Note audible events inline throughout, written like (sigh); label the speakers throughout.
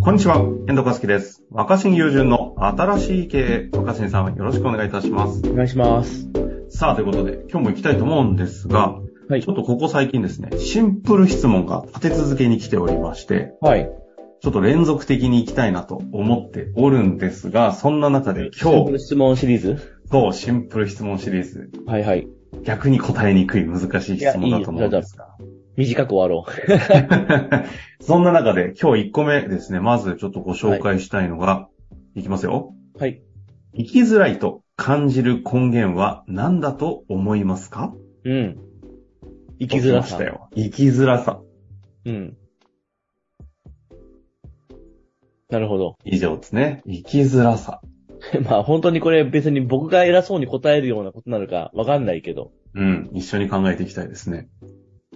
Speaker 1: こんにちは、遠藤和樹です。若新友人の新しい経営、若新さんよろしくお願いいたします。
Speaker 2: お願いします。
Speaker 1: さあ、ということで、今日も行きたいと思うんですが、
Speaker 2: はい
Speaker 1: ちょっとここ最近ですね、シンプル質問が立て続けに来ておりまして、
Speaker 2: はい。
Speaker 1: ちょっと連続的に行きたいなと思っておるんですが、そんな中で
Speaker 2: シン
Speaker 1: 今
Speaker 2: プル
Speaker 1: 日、
Speaker 2: 質問シリーズ
Speaker 1: そう、シンプル質問シリーズ、
Speaker 2: はいはい。
Speaker 1: 逆に答えにくい難しい質問だと思うんですが、
Speaker 2: 短く終わろ
Speaker 1: (laughs) そんな中で今日1個目ですね、まずちょっとご紹介したいのが、い、きますよ。
Speaker 2: う。はい。
Speaker 1: 生きづらいと感じる根源は何だと思いますか
Speaker 2: うん。生きづら
Speaker 1: 来まし
Speaker 2: さ
Speaker 1: た。よ。生きづらさ。
Speaker 2: うん。なるほど。 (laughs)
Speaker 1: 以上ですね。生きづらさ。
Speaker 2: まあ本当にこれ別に僕が偉そうに答えるようなことなのかわかんないけど。
Speaker 1: うん。一緒に考えていきたいですね。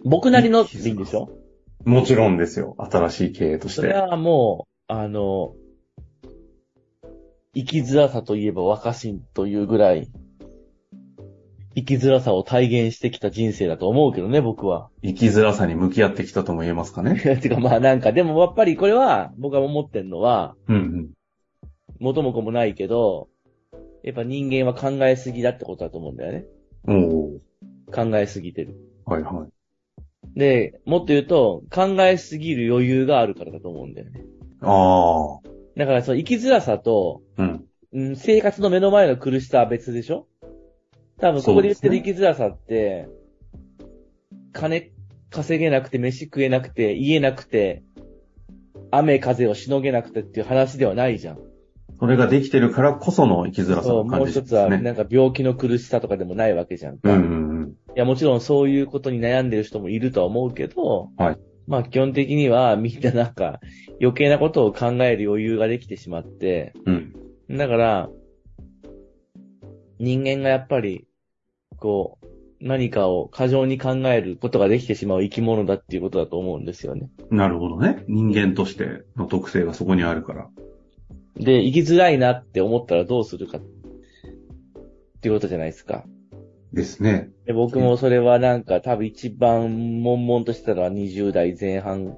Speaker 2: 僕なりのでいいんでしょ
Speaker 1: もちろんですよ。新しい経営とし
Speaker 2: それ
Speaker 1: て。
Speaker 2: はもう、あの、生きづらさといえば若新というぐらい、生きづらさを体現してきた人生だと思うけどね、僕は。
Speaker 1: 生きづらさに向き合ってきたとも言えますかね。
Speaker 2: (laughs) てかまあなんか、でもやっぱりこれは、僕が思ってんのは、
Speaker 1: うんうん。
Speaker 2: 元も子もないけど、やっぱ人間は考えすぎだってことだと思うんだよね。
Speaker 1: お
Speaker 2: 考えすぎてる。
Speaker 1: ー。はいはい。
Speaker 2: で、もっと言うと、考えすぎる余裕があるからだと思うんだよね。
Speaker 1: ああ。
Speaker 2: だからその生きづらさと、
Speaker 1: うん。
Speaker 2: うん、生活の目の前の苦しさは別でしょ多分ここで言ってる生きづらさって、金稼げなくて、飯食えなくて、家なくて、雨風をしのげなくてっていう話ではないじゃん。
Speaker 1: それができてるからこその生きづらさ
Speaker 2: そう、
Speaker 1: の
Speaker 2: も
Speaker 1: 感
Speaker 2: う
Speaker 1: じ
Speaker 2: 一
Speaker 1: で
Speaker 2: つ
Speaker 1: す
Speaker 2: は、
Speaker 1: ね。
Speaker 2: なんか病気の苦しさとかでもないわけじゃんか。
Speaker 1: うんう
Speaker 2: い
Speaker 1: んうん。
Speaker 2: や、もちろんそういうことに悩んでる人もいるとは思うけど、
Speaker 1: はい
Speaker 2: まあ基本的にはみんななんか余計なことを考える余裕ができてしまって、
Speaker 1: うん。
Speaker 2: だから、人間がやっぱり、こう、何かを過剰に考えることができてしまう生き物だっていうことだと思うんですよね。
Speaker 1: なるほどね。人間としての特性がそこにあるから。
Speaker 2: で、生きづらいなって思ったらどうするかっていうことじゃないですか。
Speaker 1: ですね。
Speaker 2: で僕もそれはなんか多分一番悶々としてたのは20代前半、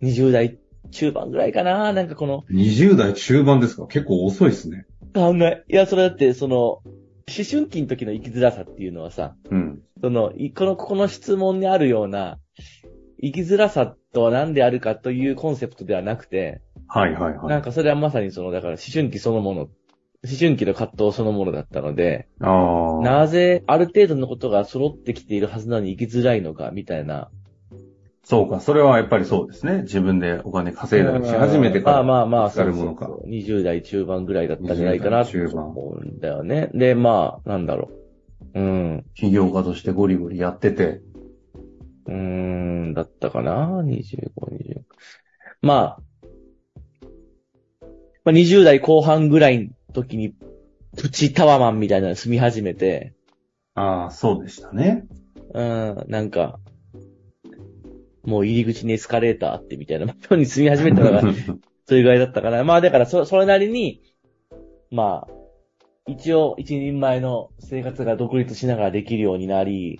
Speaker 2: 20代中盤ぐらいかななんかこの
Speaker 1: 20代中盤ですか結構遅いですね。
Speaker 2: 考え、いやそれだってその、思春期の時の生きづらさっていうのはさ、
Speaker 1: うん。
Speaker 2: その、いこの、この質問にあるような、生きづらさとは何であるかというコンセプトではなくて、
Speaker 1: はいはいは
Speaker 2: ないん。かそれはまさにその、だから思春期そのもの、思春期の葛藤そのものだったので、
Speaker 1: ああ。
Speaker 2: なぜある程度のことが揃ってきているはずなのに生きづらいのか、みたいな、
Speaker 1: そうか、それはやっぱりそうですね。自分でお金稼いだりし始めてから。
Speaker 2: まあまあまあ、
Speaker 1: かるものか
Speaker 2: そうそうそう20代中盤ぐらいだったんじゃないか
Speaker 1: 20
Speaker 2: な
Speaker 1: 代中盤
Speaker 2: 思うんだよね。で、まあ、なんだろう。うん。
Speaker 1: 起業家としてゴリゴリやってて。
Speaker 2: うーん、だったかな ?25、20。まあ、まあ、20代後半ぐらいの時に、プチタワマンみたいなの住み始めて、
Speaker 1: ああ、そうでした (laughs) ね。
Speaker 2: うん、なんか、もう入り口にエスカレーターあってみたいなとこに住み始めたのが、それぐらいだったかな。まあだからそ、それなりに、まあ、一応一人前の生活が独立しながらできるようになり、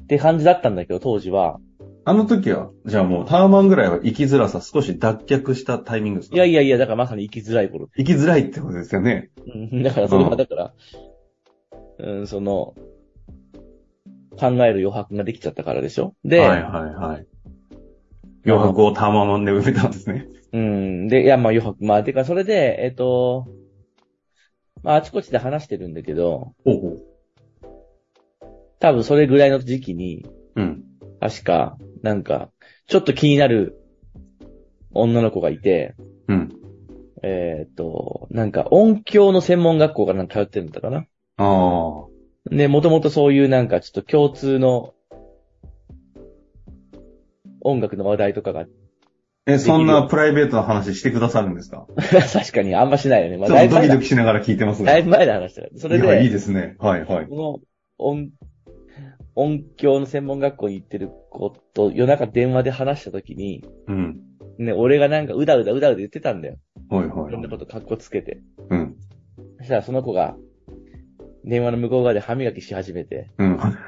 Speaker 2: って感じだったんだけど、当時は。
Speaker 1: あの時は、じゃあもうターマンぐらいは生きづらさ少し脱却したタイミングですか
Speaker 2: いやいやいや、だからまさに生きづらい頃。
Speaker 1: 生きづらいってことですよね。
Speaker 2: うんだからそれはだから、うん、その、考える余白ができちゃったからでしょで、
Speaker 1: はいはいはい。余白をターマンで埋めたんですね。
Speaker 2: うん。で、いや、まあ余白。まあ、てか、それで、えっ、と、まあ、あちこちで話してるんだけど、
Speaker 1: ほうほう。
Speaker 2: 多分それぐらいの時期に、
Speaker 1: うん。
Speaker 2: 確か、なんか、ちょっと気になる女の子がいて、
Speaker 1: うん。
Speaker 2: えっ、と、なんか音響の専門学校かなんか通ってるんだったかな。
Speaker 1: ああ。
Speaker 2: で、もともとそういうなんかちょっと共通の音楽の話題とかが、 (laughs)
Speaker 1: え、そんなプライベートな話してくださるんですか
Speaker 2: 確かにあんましないよね。まあ、
Speaker 1: ちょ
Speaker 2: だい
Speaker 1: っ
Speaker 2: ぶ
Speaker 1: とド
Speaker 2: 前
Speaker 1: キ
Speaker 2: だ
Speaker 1: ドキしながら聞いてますが。
Speaker 2: だいぶ前の話だから。それ
Speaker 1: いや、いい
Speaker 2: で、
Speaker 1: ですね。はいはい。
Speaker 2: この音、音響の専門学校に行ってる子と夜中電話で話した時に、
Speaker 1: うん。
Speaker 2: ね、俺がなんかうだうだうだうだ言ってたんだよ。
Speaker 1: はいはいい
Speaker 2: ろん
Speaker 1: は。
Speaker 2: ないこと格好つけて。
Speaker 1: うん。
Speaker 2: そしたらその子が、電話の向こう側で歯磨きし始めて、
Speaker 1: うん。
Speaker 2: ま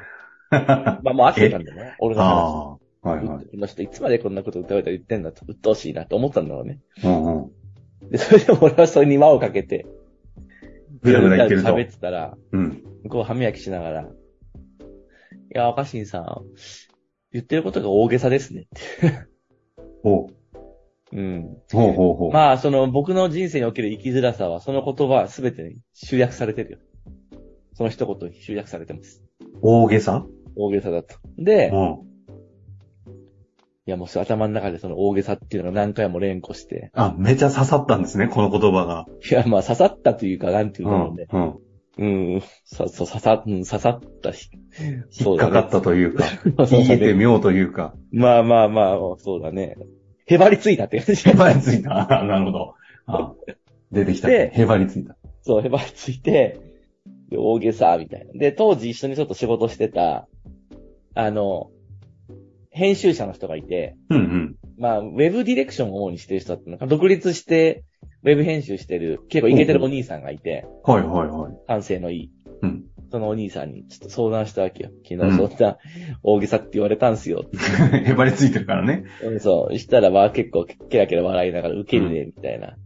Speaker 2: あもう飽きてたんだよね、俺の話。
Speaker 1: (laughs) ああ。はいはい。
Speaker 2: この人いつまでこんなこと歌うた言ってんだと、鬱陶しいなと思ったんだろうね。
Speaker 1: うんうん。
Speaker 2: で、それでも俺はそれに輪をかけて、
Speaker 1: ぐだぐだ言ってると。
Speaker 2: 喋ってたら、
Speaker 1: うん。
Speaker 2: 向こう歯磨きしながら、いや、若新さん、言ってることが大げさですね。
Speaker 1: ほう。
Speaker 2: うん。
Speaker 1: ほうほうほう。
Speaker 2: まあ、その僕の人生における生きづらさは、その言葉すべてに集約されてるよ。その一言に集約されてます。
Speaker 1: 大げさ
Speaker 2: 大げさだと。で、
Speaker 1: う
Speaker 2: い
Speaker 1: ん。
Speaker 2: やもうそれ頭の中でその大げさっていうのを何回も連呼して、
Speaker 1: あ、めちゃ刺さったんですね、この言葉が。
Speaker 2: いやまあ刺さったというか、なんていううか
Speaker 1: ん。
Speaker 2: もう
Speaker 1: う
Speaker 2: ね、
Speaker 1: ん。
Speaker 2: うん、さ、そう、刺さ、うん、刺さったし、
Speaker 1: 引っかかったというか、
Speaker 2: そうだ
Speaker 1: 言
Speaker 2: ね
Speaker 1: えてみようというか、
Speaker 2: まあまあまあ、そうだね。へばりついたって感じ (laughs)
Speaker 1: へ。ばりついた。あなるほど。あ出てきた。
Speaker 2: で
Speaker 1: へばりついた。
Speaker 2: そう、へばりついて、で大げさ、みたいな。で、当時一緒にちょっと仕事してた、あの、編集者の人がいて、
Speaker 1: うん
Speaker 2: まあ、ウェブディレクションを主にしてる人だったのか、独立して、ウェブ編集してる、結構イケてるお兄さんがいて、
Speaker 1: うん。はいはいはい。
Speaker 2: 感性のいい。
Speaker 1: うん。
Speaker 2: そのお兄さんにちょっと相談したわけよ。昨日
Speaker 1: うん
Speaker 2: そんな大げさって言われたんすよ。
Speaker 1: へばりついて (laughs) るからね。
Speaker 2: うんそう。したらまあ結構ケラケラ笑いながらウケるね、みたいな。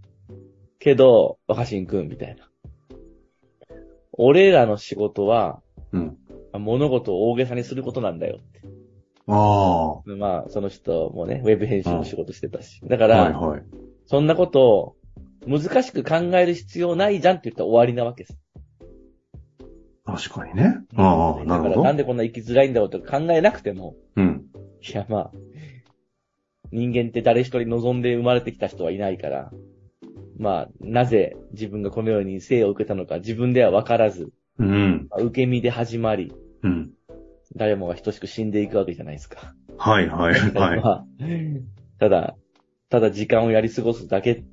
Speaker 2: けど、若新くん、みたいな。俺らの仕事は、
Speaker 1: うん。
Speaker 2: 物事を大げさにすることなんだよ。
Speaker 1: あ
Speaker 2: まあ、その人もね、ウェブ編集の仕事してたし。だか
Speaker 1: あ。
Speaker 2: ら、
Speaker 1: はいはい。
Speaker 2: そんなことを難しく考える必要ないじゃんって言ったら終わりなわけです。
Speaker 1: 確かにね。ああ、な
Speaker 2: だ
Speaker 1: るほ
Speaker 2: からな
Speaker 1: ど
Speaker 2: ん。でこんな生きづらいんだろうとか考えなくても、
Speaker 1: うん。
Speaker 2: いやまあ、人間って誰一人望んで生まれてきた人はいないから、まあ、なぜ自分がこのように生を受けたのか自分では分からず、
Speaker 1: うん。
Speaker 2: まあ受け身で始まり、
Speaker 1: うん。
Speaker 2: 誰もが等しく死んでいくわけじゃないですか。
Speaker 1: はいはいはい。
Speaker 2: (laughs) まあただ、ただ時間をやり過ごすだけ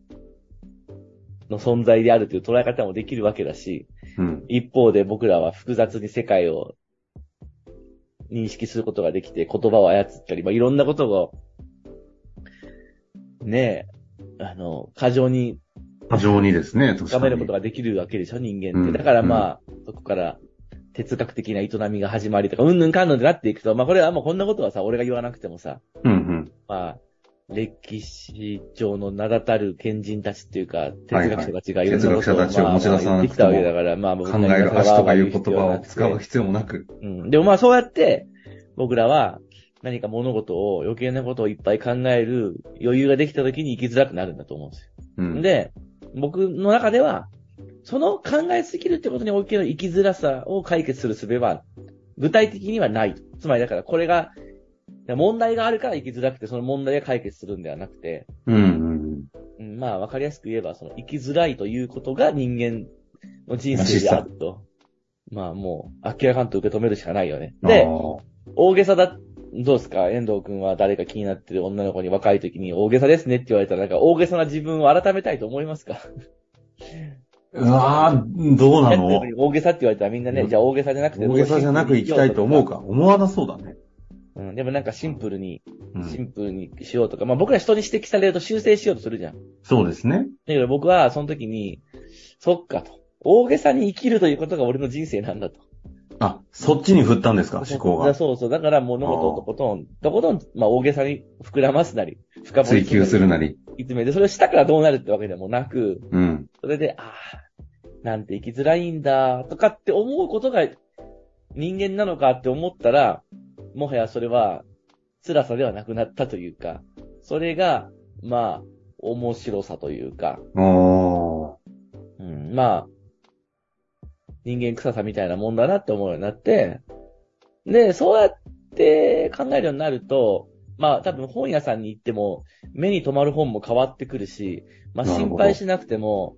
Speaker 2: の存在であるという捉え方もできるわけだし、
Speaker 1: うん。
Speaker 2: 一方で僕らは複雑に世界を認識することができて、言葉を操ったり、まあ、いろんなことを、ねえ、あの、過剰に
Speaker 1: 過剰にですね、確か
Speaker 2: 深
Speaker 1: に。
Speaker 2: めることができるわけでしょ、人間っ
Speaker 1: うん
Speaker 2: て。だからまあ、そこから哲学的な営みが始まりとか、うんぬんかんぬんってなっていくと、まあこれはもうこんなことはさ、俺が言わなくてもさ、
Speaker 1: うん
Speaker 2: まあ、歴史上の名だたる賢人たちっていうか、哲学者たちが
Speaker 1: はい
Speaker 2: いろんなことを
Speaker 1: 哲学者たちを持ち出さな
Speaker 2: で
Speaker 1: くても
Speaker 2: きたわけだから、まあ
Speaker 1: う
Speaker 2: 僕
Speaker 1: ん。
Speaker 2: ら
Speaker 1: 考
Speaker 2: に
Speaker 1: える足とかいう言葉を使
Speaker 2: わ
Speaker 1: う必要もなく。
Speaker 2: うん。でもまあそうやって、僕らは何か物事を、余計なことをいっぱい考える余裕ができた時に生きづらくなるんだと思うんです
Speaker 1: う
Speaker 2: よ。
Speaker 1: ん。
Speaker 2: で、僕の中では、その考えすぎるってことにおける生きづらさを解決する術は、具体的にはない。つまりだからこれが、問題があるから生きづらくて、その問題が解決するんではなくて、
Speaker 1: うんうん
Speaker 2: うんまあわかりやすく言えば、その生きづらいということが人間の人生であると。まあもう、明らかんと受け止めるしかないよね。
Speaker 1: うん。
Speaker 2: で
Speaker 1: あ、ー
Speaker 2: 大げさだ、どうですか遠藤くんは誰か気になってる女の子に若い時に大げさですねって言われたら、なんか大げさな自分を改めたいと思いますか
Speaker 1: うわーどうなの
Speaker 2: 大げさって言われたらみんなね、じゃあ大げさじゃなくて。
Speaker 1: 大げさじゃなく行きたいと思う
Speaker 2: か。
Speaker 1: か、思わなそうだね。
Speaker 2: うん、でもなんかシンプルに、
Speaker 1: う
Speaker 2: シ
Speaker 1: ん、
Speaker 2: ンプルにしようとか、まあ僕ら人に指摘されると修正しようとするじゃん。だ
Speaker 1: そうですね。
Speaker 2: けど僕はその時に、そっかと。大げさに生きるということが俺の人生なんだと。
Speaker 1: あ、そっちに振ったんですか、思考
Speaker 2: だ
Speaker 1: が。
Speaker 2: そうそう。だから物事をとことん、とことん、まあ大げさに膨らますなり、深掘り
Speaker 1: 追求するなり。
Speaker 2: いつめで、それをしたからどうなるってわけでもなく、
Speaker 1: うん。
Speaker 2: それで、ああ、なんて生きづらいんだ、とかって思うことが人間なのかって思ったら、もはやそれは辛さではなくなったというか、それが、まあ、面白さというか、
Speaker 1: おー。
Speaker 2: うん、まあ、人間臭さみたいなもんだなって思うようになって、で、そうやって考えるようになると、まあ多分本屋さんに行っても目に留まる本も変わってくるし、まあ
Speaker 1: なるほ
Speaker 2: 心
Speaker 1: ど
Speaker 2: 配しなくても、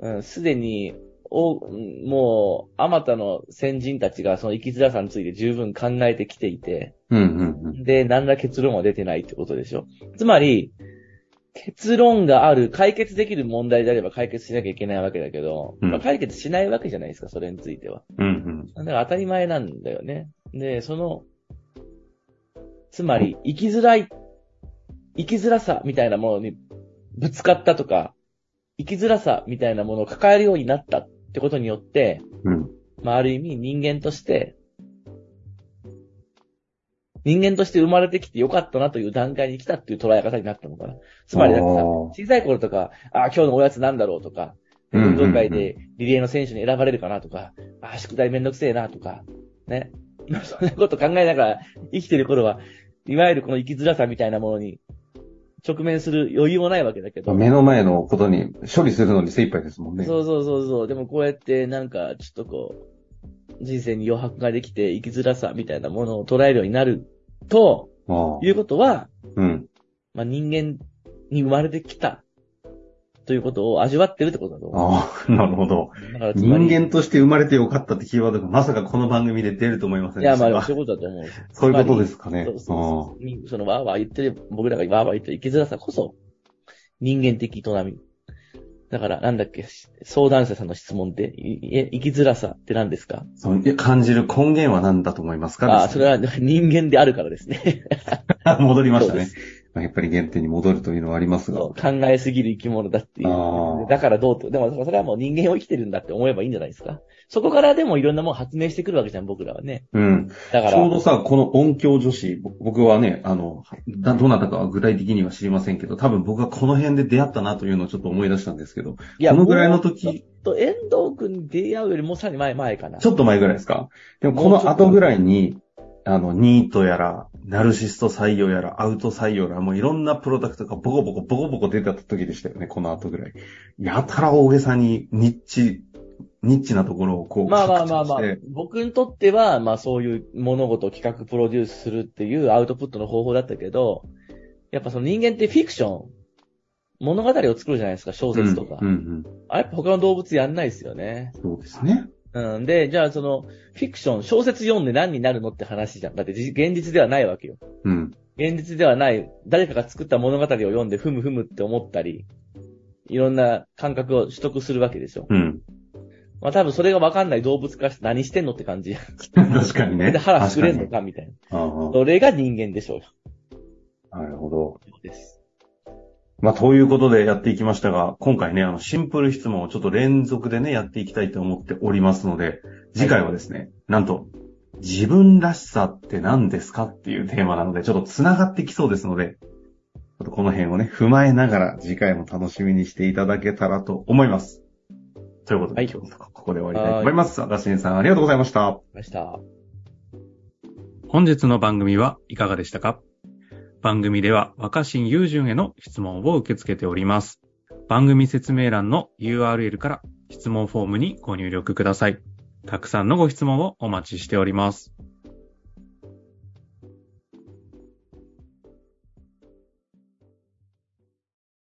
Speaker 2: うん、すでに、お、うんもう、あまたの先人たちがその生きづらさについて十分考えてきていて、
Speaker 1: うんうんうん。
Speaker 2: で、何ら結論は出てないってことでしょ。つまり、結論がある、解決できる問題であれば解決しなきゃいけないわけだけど、
Speaker 1: うん
Speaker 2: まあ解決しないわけじゃないですか、それについては。
Speaker 1: うん
Speaker 2: だから当たり前なんだよね。で、その、つまり、生きづらい、生きづらさみたいなものにぶつかったとか、生きづらさみたいなものを抱えるようになったってことによって、
Speaker 1: うん。うん。
Speaker 2: まあ、ある意味人間として、人間として生まれてきてよかったなという段階に来たっていう捉え方になったのかな。つまりだってさ、
Speaker 1: おー
Speaker 2: 小さい頃とか、ああ、今日のおやつなんだろうとか、
Speaker 1: うんうんうん
Speaker 2: 運動会でリレーの選手に選ばれるかなとか、ああ、宿題めんどくせえなとか、ね。 (laughs) そんなこと考えながら生きてる頃は、いわゆるこの生きづらさみたいなものに直面する余裕もないわけだけど。
Speaker 1: 目の前のことに処理するのに精一杯ですもんね。
Speaker 2: そうそうそうそう。でもこうやってなんか、ちょっとこう、人生に余白ができて生きづらさみたいなものを捉えるようになると、
Speaker 1: あ
Speaker 2: いうことは、
Speaker 1: あうん。
Speaker 2: まあ、人間に生まれてきた、ということを味わってるってことだと思
Speaker 1: ああ、 (laughs) なるほど。
Speaker 2: う。だからつ
Speaker 1: 人
Speaker 2: まり、
Speaker 1: 間として生まれてよかったってキーワードがまさかこの番組で出ると思いません
Speaker 2: い
Speaker 1: で
Speaker 2: や、
Speaker 1: した
Speaker 2: ま
Speaker 1: が。
Speaker 2: あ、そういうことだと思う。
Speaker 1: そういうことですかね。
Speaker 2: そうそうそうにその、わーわー言ってる、僕らがわーわー言ってる生きづらさこそ、人間的営み。だから、なんだっけ、し相談者さんの質問って、いえ、生きづらさって何ですか
Speaker 1: うんそういや感じる根源は何だと思いますか
Speaker 2: ああ、それは人間であるからですね。
Speaker 1: は。戻りました
Speaker 2: そうで
Speaker 1: ね (laughs)
Speaker 2: す。
Speaker 1: まあやっぱり原点に戻るというのはありますが。
Speaker 2: そう考えすぎる生き物だってい
Speaker 1: あ
Speaker 2: う
Speaker 1: ー。
Speaker 2: だからどうと。でも、それはもう人間を生きてるんだって思えばいいんじゃないですか。そこからでもいろんなもの発明してくるわけじゃん、僕らはね。
Speaker 1: うん。
Speaker 2: だから。
Speaker 1: ちょうどさ、この音響女子、ぼ僕はね、あの、だどなたかは具体的には知りませんけど、多分僕はこの辺で出会ったなというのをちょっと思い出したんですけど、
Speaker 2: いや、
Speaker 1: このぐらいの
Speaker 2: もうち
Speaker 1: 時、
Speaker 2: ょっと遠藤くんに出会うよりもさらに前、前かな。
Speaker 1: ちょっと前ぐらいですかでもこの後ぐらいに、あの、ニートやら、ナルシスト採用やら、アウト採用やら、もういろんなプロダクトがボコボコボコボコ出てた時でしたよね、この後ぐらい。やたら大げさにニッチ、ニッチなところをこう、
Speaker 2: まあまあまあまあ
Speaker 1: 拡張して、
Speaker 2: 僕にとっては、まあそういう物事を企画プロデュースするっていうアウトプットの方法だったけど、やっぱその人間ってフィクション、物語を作るじゃないですか、小説とか。
Speaker 1: うんうん
Speaker 2: あれやっぱ他の動物やんないですよね。
Speaker 1: うん、そうですね。
Speaker 2: うん。で、じゃあその、フィクション、小説読んで何になるのって話じゃん。だってじ現実ではないわけよ。
Speaker 1: うん。
Speaker 2: 現実ではない、誰かが作った物語を読んで、ふむふむって思ったり、いろんな感覚を取得するわけでしょ。 (laughs)
Speaker 1: うん。
Speaker 2: まあ多分それがわかんない動物からして何してんのって感じ。
Speaker 1: 確かにね。
Speaker 2: で、腹膨れんの
Speaker 1: 確
Speaker 2: かみたいな。
Speaker 1: かに
Speaker 2: それが人間でしょうよ。
Speaker 1: ああなるほど。
Speaker 2: です。
Speaker 1: まあ、ということでやっていきましたが、今回ね、あの、シンプル質問をちょっと連続でね、やっていきたいと思っておりますので、次回はですね、なんと、自分らしさって何ですかっていうテーマなので、ちょっと繋がってきそうですので、ちょっとこの辺をね、踏まえながら次回も楽しみにしていただけたらと思います。ということで、
Speaker 2: はい
Speaker 1: 今日のとこここで終わりたいと思います。赤新さんありがとうございました。
Speaker 2: ました。
Speaker 3: 本日の番組はいかがでしたか番組では若新雄純への質問を受け付けております。番組説明欄の URL から質問フォームにご入力ください。たくさんのご質問をお待ちしております。